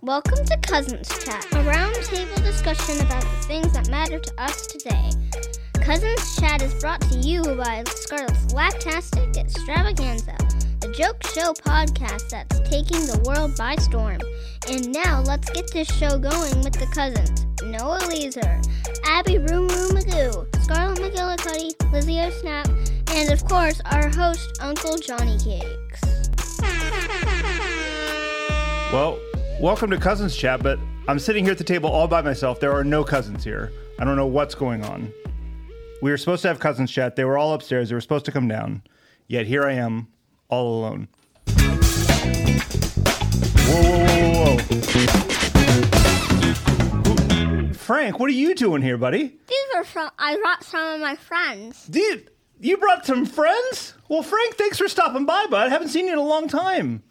Welcome to Cousins Chat, a roundtable discussion about the things that matter to us today. Cousins Chat is brought to you by Scarlet's Lactastic Extravaganza, the joke show podcast that's taking the world by storm. And now let's get this show going with the cousins Noah Leeser, Abby Room Room Magoo, Scarlett McGillicuddy, Lizzie O'Snap, and of course our host, Uncle Johnny Cakes. Well, welcome to Cousins Chat, but I'm sitting here at the table all by myself. There are no cousins here. I don't know what's going on. We were supposed to have Cousins Chat. They were all upstairs. They were supposed to come down. Yet here I am, all alone. Whoa, whoa, whoa, whoa, whoa. Who- Frank, what are you doing here, buddy? These are from, I brought some of my friends. Dude, you brought some friends? Well, Frank, thanks for stopping by, bud. I haven't seen you in a long time.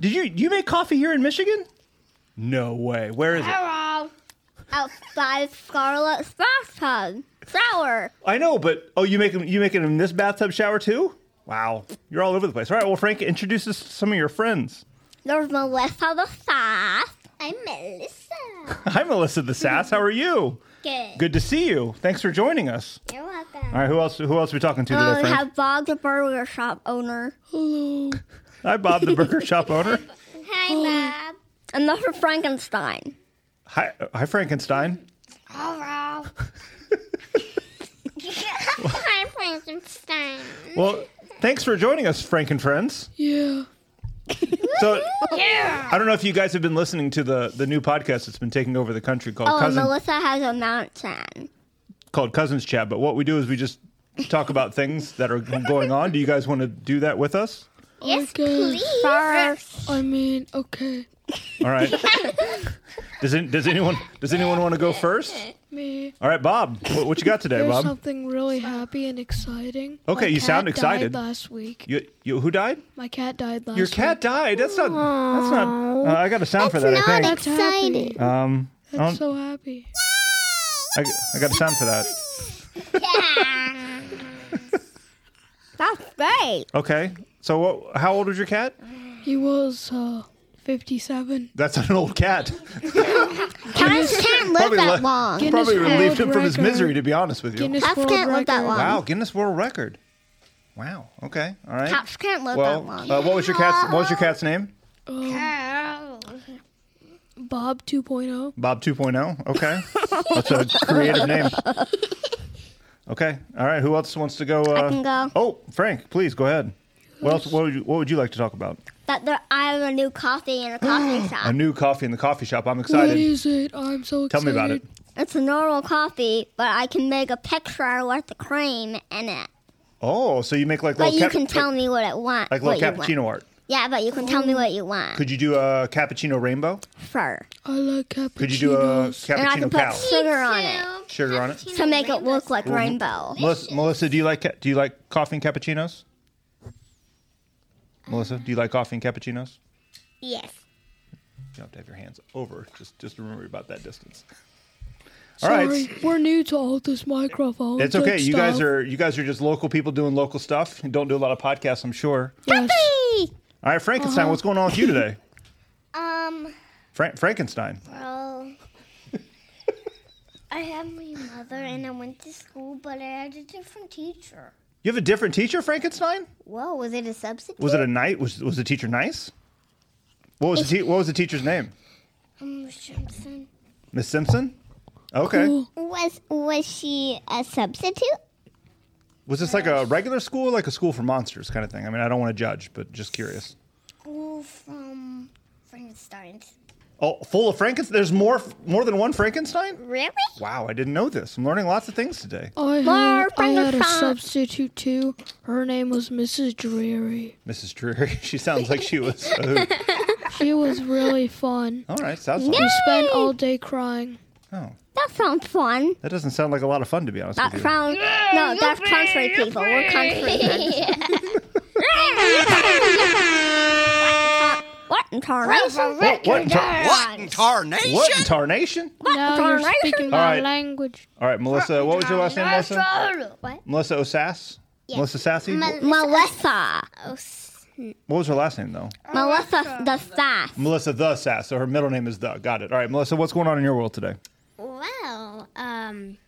Did you you make coffee here in Michigan? No way. Where is it? Hello. Outside Scarlet's bathtub. Shower. I know, but oh, you make 'em- you making them this bathtub shower too? Wow, you're all over the place. All right, well, Frank introduces some of your friends. There's Melissa the Sass. I'm Melissa. Hi, Melissa the Sass. How are you? Good. Good to see you. Thanks for joining us. You're welcome. All right, who else? Who else are we talking to Oh, today, we Frank? have Bob the burger shop owner. Hi, Bob, the burger shop owner. Hi, Bob. And that's for Frankenstein. Hi, uh, hi, Frankenstein. Hello. Hi, Frankenstein. Well, thanks for joining us, Frank and friends. Yeah. So Yeah. I don't know if you guys have been listening to the the new podcast that's been taking over the country called Oh, and Cousin Melissa has a mountain. called Cousins Chat. But what we do is we just talk about things that are going on. Do you guys want to do that with us? Yes, please. I mean, okay, All right. Does it, does anyone does anyone want to go first? me. All right, Bob. What, what you got today, There's Bob? something really happy and exciting. Okay, My you cat sound excited. Died last week, You, you who died? my cat died last. Your cat died. That's not that's not. Uh, I got a sound for that. That's I not think. Week. That's happy. Um, I, That's don't, so happy. I, I got a sound for that. That's great. Okay. So what, how old was your cat? He was uh, 57. That's an old cat. Cats can't live Probably that le- long. Guinness Probably World relieved him from his Record. misery, to be honest with you. Guinness Cats World can't live that Record. long. Wow, Guinness World Record. Wow. Okay. All right. Cats can't live well, that long. uh, what was your cat's what was your cat's name? Bob oh. 2.0. Bob 2.0. Okay. That's a creative name. Okay. All right. Who else wants to go? Uh, I can go. Oh, Frank, please go ahead. What else? What would you, what would you like to talk about? That there, I have a new coffee in a coffee A shop. new coffee in the coffee shop. I'm What excited. is it? I'm so Tell excited. me about it. It's a normal coffee, but I can make a picture with the cream in it. Oh, so you make like But little you cap- can tell me what it want. like, what little you want. cappuccino art. Yeah, but you can tell me what you want. Could you do a cappuccino rainbow? Fur. I like cappuccinos. Could you do a And I can cappuccino put cow? sugar on it Sugar on it. to make it look like rainbow. Melissa, Melissa, do you like ca- do you like coffee and cappuccinos? Melissa, do you like coffee and cappuccinos? Yes. You have to have your hands over. Just just remember about that distance. All right, Sorry, we're new to all this microphone. It's okay. You guys are you guys are just local people doing local stuff. You don't do a lot of podcasts, I'm sure. Yes. All right, Uh-huh. Frankenstein, what's going on with you today? Um, Fra- Frankenstein. well, I had my mother and I went to school, but I had a different teacher. You have a different teacher, Frankenstein? Whoa, was it a substitute? Was it a night? Was was the teacher nice? What was the te- what was the teacher's name? Um, Simpson. Miss Simpson? Okay. Cool. Was was she a substitute? Was this like a regular school, like a school for monsters kind of thing? I mean, I don't want to judge, but just curious. School from Frankenstein's. Oh, full of Frankenstein. There's more more than one Frankenstein? Really? Wow, I didn't know this. I'm learning lots of things today. I had, I had a Microphone. substitute too. Her name was Mrs. Dreary. Mrs. Drury, she sounds like she was. a hoot. She was really fun. All right, sounds We fun. spent all day crying. Oh, That sounds fun. that doesn't sound like a lot of fun to be honest That with you. sounds no. That's country people. We're country. kids. what in tarnation? What, what, in tar- What in tarnation? what in tarnation? Now you're Tarnation? speaking All my right. language. All right, Melissa. What was your last name, Melissa? What? Melissa O'Sass. Melissa Sassy. Melissa. Oh, s- What was her last name though? Melissa the Sass. Melissa the Sass. So her middle name is the. Got it. All right, Melissa, what's going on in your world today? Well, um,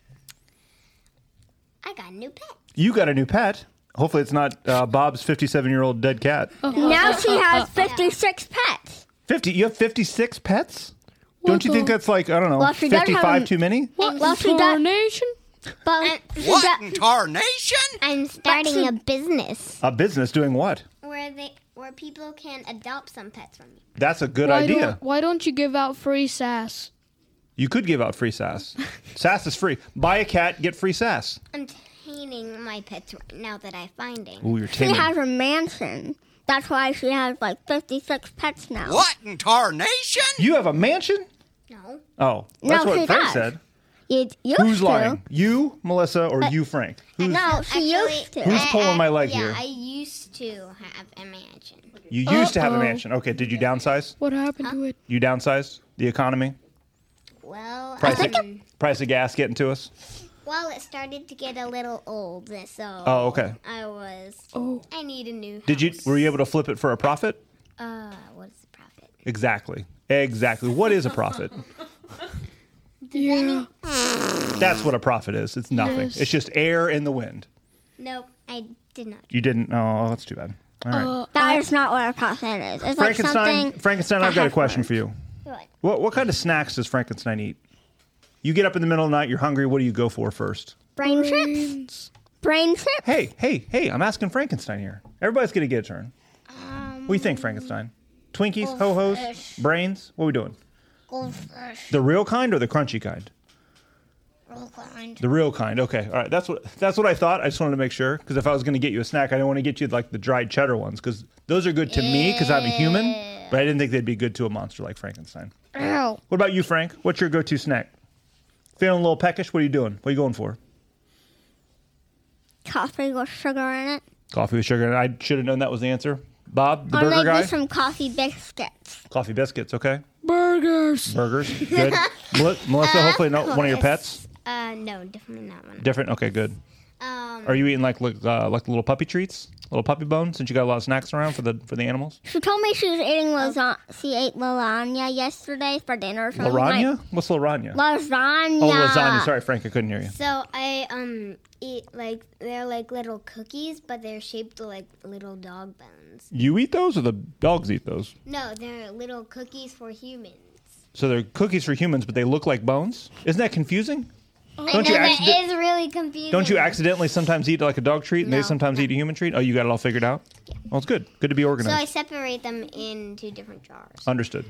I got a new pet. You got a new pet. Hopefully, it's not uh, Bob's 57 year old dead cat. Now she has 56 pets. 50. You have 56 pets? Don't you think the- that's like, I don't know, Well, if you don't have 55 a- too many? What Well, well, she does- tarnation? But What in tarnation? I'm starting a business A business doing what? where they where people can adopt some pets from me. That's a good Why idea. don't, why don't you give out free sass? You could give out free sass. sass is free. Buy a cat, get free sass. I'm taming my pets right now that I'm finding. Ooh, you're she taming. has a mansion. That's why she has like 56 pets now. What in tarnation? You have a mansion? No, Oh, that's No, what she Frank does. said. You, used Who's to. lying? You, Melissa, or you, Frank? Who's, No, she Actually, used to. who's I- pulling I- my leg yeah, here? I used to have a mansion. you used to have a Uh-oh. mansion. Okay, did you downsize? What happened to it? You downsize? The economy? Well, Price, um, of, price of gas getting to us? well, it started to get a little old, so Oh, okay. I was. Oh. I need a new. Did you house. were you able to flip it for a profit? Uh, what is the profit? Exactly. Exactly. What is a profit? Yeah. That's what a profit is. It's nothing. Yes. It's just air in the wind. Nope, I did not. You didn't. Oh, that's too bad. All right. Uh, That is not what a profit is. It's like Frankenstein, something. Frankenstein, I've got a question for you. What? What what kind of snacks does Frankenstein eat? You get up in the middle of the night, you're hungry. What do you go for first? Brain chips? Brain chips? Hey, hey, hey! I'm asking Frankenstein here. Everybody's gonna get a turn. what do you think, Frankenstein? Twinkies, ho hos, goldfish. brains? What are we doing? Goldfish. The real kind or the crunchy kind? Roll grind. The real kind. Okay. All right. That's what that's what I thought. I just wanted to make sure because if I was going to get you a snack, I didn't want to get you like the dried cheddar ones because those are good to me because I'm a human, but I didn't think they'd be good to a monster like Frankenstein. Ow. What about you, Frank? What's your go-to snack? Feeling a little peckish? What are you doing? What are you going for? Coffee with sugar in it. Coffee with sugar. I should have known that was the answer. Bob, the Or burger maybe guy. some coffee biscuits. Coffee biscuits. Okay. burgers. Burgers. Good. Mel- Melissa, hopefully not one of your pets. Uh, no, definitely not one. Different. Okay. Good. Um, Are you eating like like, uh, like little puppy treats, little puppy bones? Since you got a lot of snacks around for the for the animals. She told me she was eating lasagna. She ate lasagna yesterday for dinner. or something Lasagna? What's lasagna? Like, lasagna. Oh, lasagna. Sorry, Frank, I couldn't hear you. so I um eat like they're like little cookies, but they're shaped like little dog bones. You eat those, or the dogs eat those? No, they're little cookies for humans. So they're cookies for humans, but they look like bones. Isn't that confusing? Don't no, you that accident- is really confusing. Don't you accidentally sometimes eat like a dog treat, and they No. sometimes eat a human treat? Oh, you got it all figured out. Well, it's good. Good to be So I organized. separate them into different jars. Understood.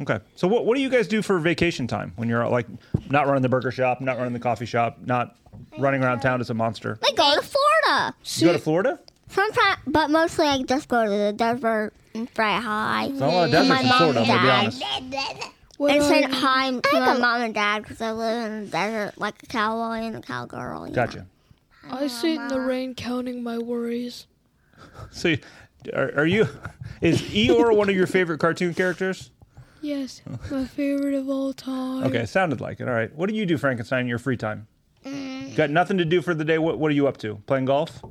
Okay. So what what do you guys do for vacation time when you're out, like not running the burger shop, not running the coffee shop, not running uh, around town as a monster? I go to Florida. You go to Florida? Sometimes, but mostly I just go to the desert and fry high. Not Oh, a lot of deserts in mom Florida. I'm gonna be died. honest. What and are say you- hi to my mom and dad because I live in the desert like a cowboy and a cowgirl. you know. Gotcha. I sit in the rain counting my worries. So, you- are, are you? Is Eeyore one of your favorite cartoon characters? Yes, my favorite of all time. Okay, sounded like it. All right. What do you do, Frankenstein, in your free time? Mm. Got nothing to do for the day. What, what are you up to? Playing golf?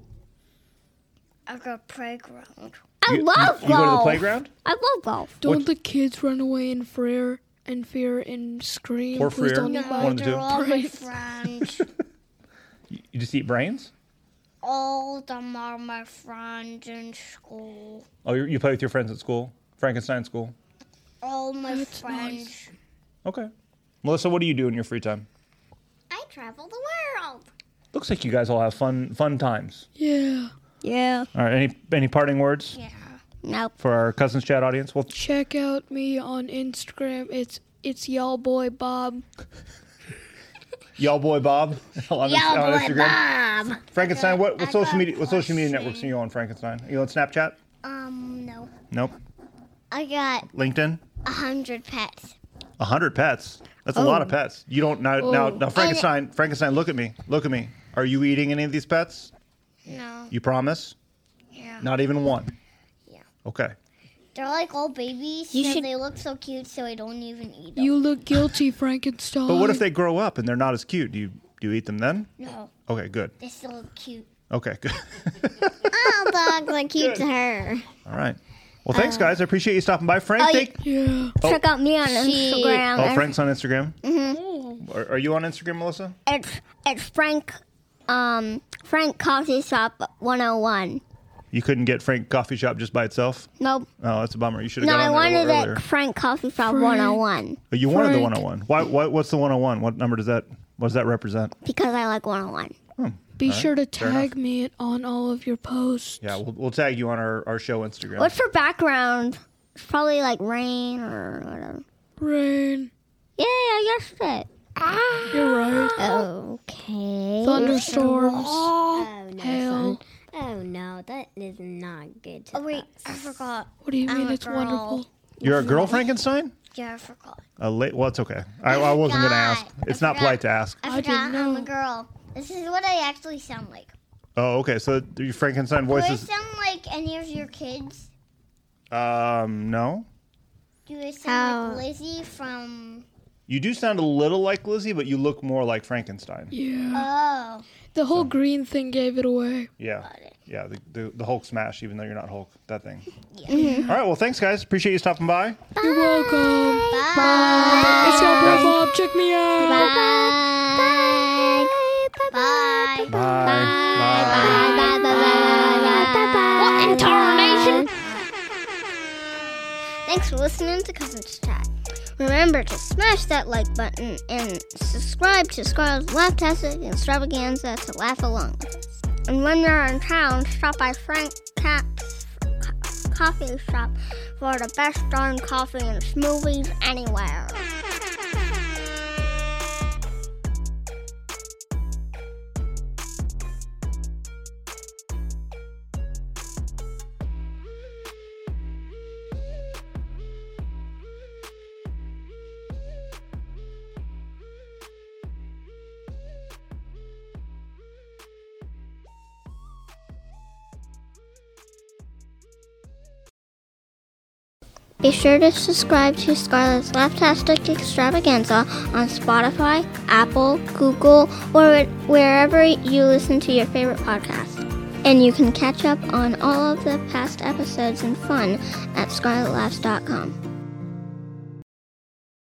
I got playground. I love golf. You go to the playground? I love golf. Don't What- the kids run away in fear and fear and scream? Or Please Freer? don't No. invite One of the two. they're all my friends. You just eat brains? all of them are my friends in school. Oh, you, you play with your friends at school? Frankenstein school? All my That's friends. Okay. Melissa, what do you do in your free time? I travel the world. Looks like you guys all have fun fun times. Yeah. Yeah. All right. Any any parting words Yeah. Nope. for our cousins chat audience? Well, Check out me on Instagram. It's it's y'all boy Bob. y'all boy Bob on, Ins- Y'all on boy Instagram. Bob. Frankenstein, what, what I social got media what social media question. networks are you on, Frankenstein? Are you on Snapchat? Um, no. Nope. I got LinkedIn. a hundred pets. A hundred pets. That's a lot Oh. of pets. You don't now now, now Frankenstein. Frankenstein, look at me. Look at me. Are you eating any of these pets? No. You promise? Yeah. Not even one. Yeah. Okay. They're like all babies. You so should- They look so cute, so I don't even eat them. You look guilty, Frankenstein. But what if they grow up and they're not as cute? Do you do you eat them then? Mm. No, Okay, good. they're still cute. Okay, good. Oh, dog like cute to her. All right. Well, Uh, thanks, guys. I appreciate you stopping by. Frank, oh, thank- Yeah. Check out me on Instagram. oh, Frank's on Instagram. Mm-hmm. Are, are you on Instagram, Melissa? It's it's Frank, um, Frank Coffee Shop 101. You couldn't get Frank Coffee Shop just by itself? Nope. Oh, that's a bummer. You should have No, I got on there a wanted little earlier. it Frank Coffee Shop 101 But you wanted the Frank. 101. Why, why, what's the 101? What number does that what does that represent? because I like 101. Be sure to tag me on all of your posts. Yeah, we'll, we'll tag you on our, our show Instagram. What's for background? It's probably like rain or whatever. Rain. Yeah, I guess that. Ah. You're right. Okay. Thunderstorms. Oh no, Hail. oh no, that is not good. Oh, wait, I forgot. What do you I'm mean a it's girl. wonderful? You're a girl, Frankenstein? Yeah, I forgot. A late? Well, it's okay. I, I wasn't going to ask. forgot. It's I not forgot. polite to ask. I, I forgot didn't I'm know. a girl. This is what I actually sound like. Oh, okay. So your Frankenstein Do I voices? sound like any of your kids? Um, no. Do I sound like Lizzie from? You do sound a little like Lizzie, but you look more like Frankenstein. Yeah. Oh, The whole green thing gave it away. Yeah, yeah. The, the the Hulk smash, even though you're not Hulk. That thing. All right. Well, thanks, guys. Appreciate you stopping by. You're welcome. Bye. It's your boy Bob. Check me out. bye. Bye. Bye. What in tarnation? Thanks for listening to Cousins Chat. Remember to smash that like button and subscribe to Scarlet's Laughtastic Extravaganza to laugh along with us. And when you're in town, stop by Frank Cap's co- coffee shop for the best darn coffee and smoothies anywhere. Be sure to subscribe to Scarlett's Laughtastic Extravaganza on Spotify, Apple, Google, or wh- wherever you listen to your favorite podcast. And you can catch up on all of the past episodes and fun at scarlettlaughs.com.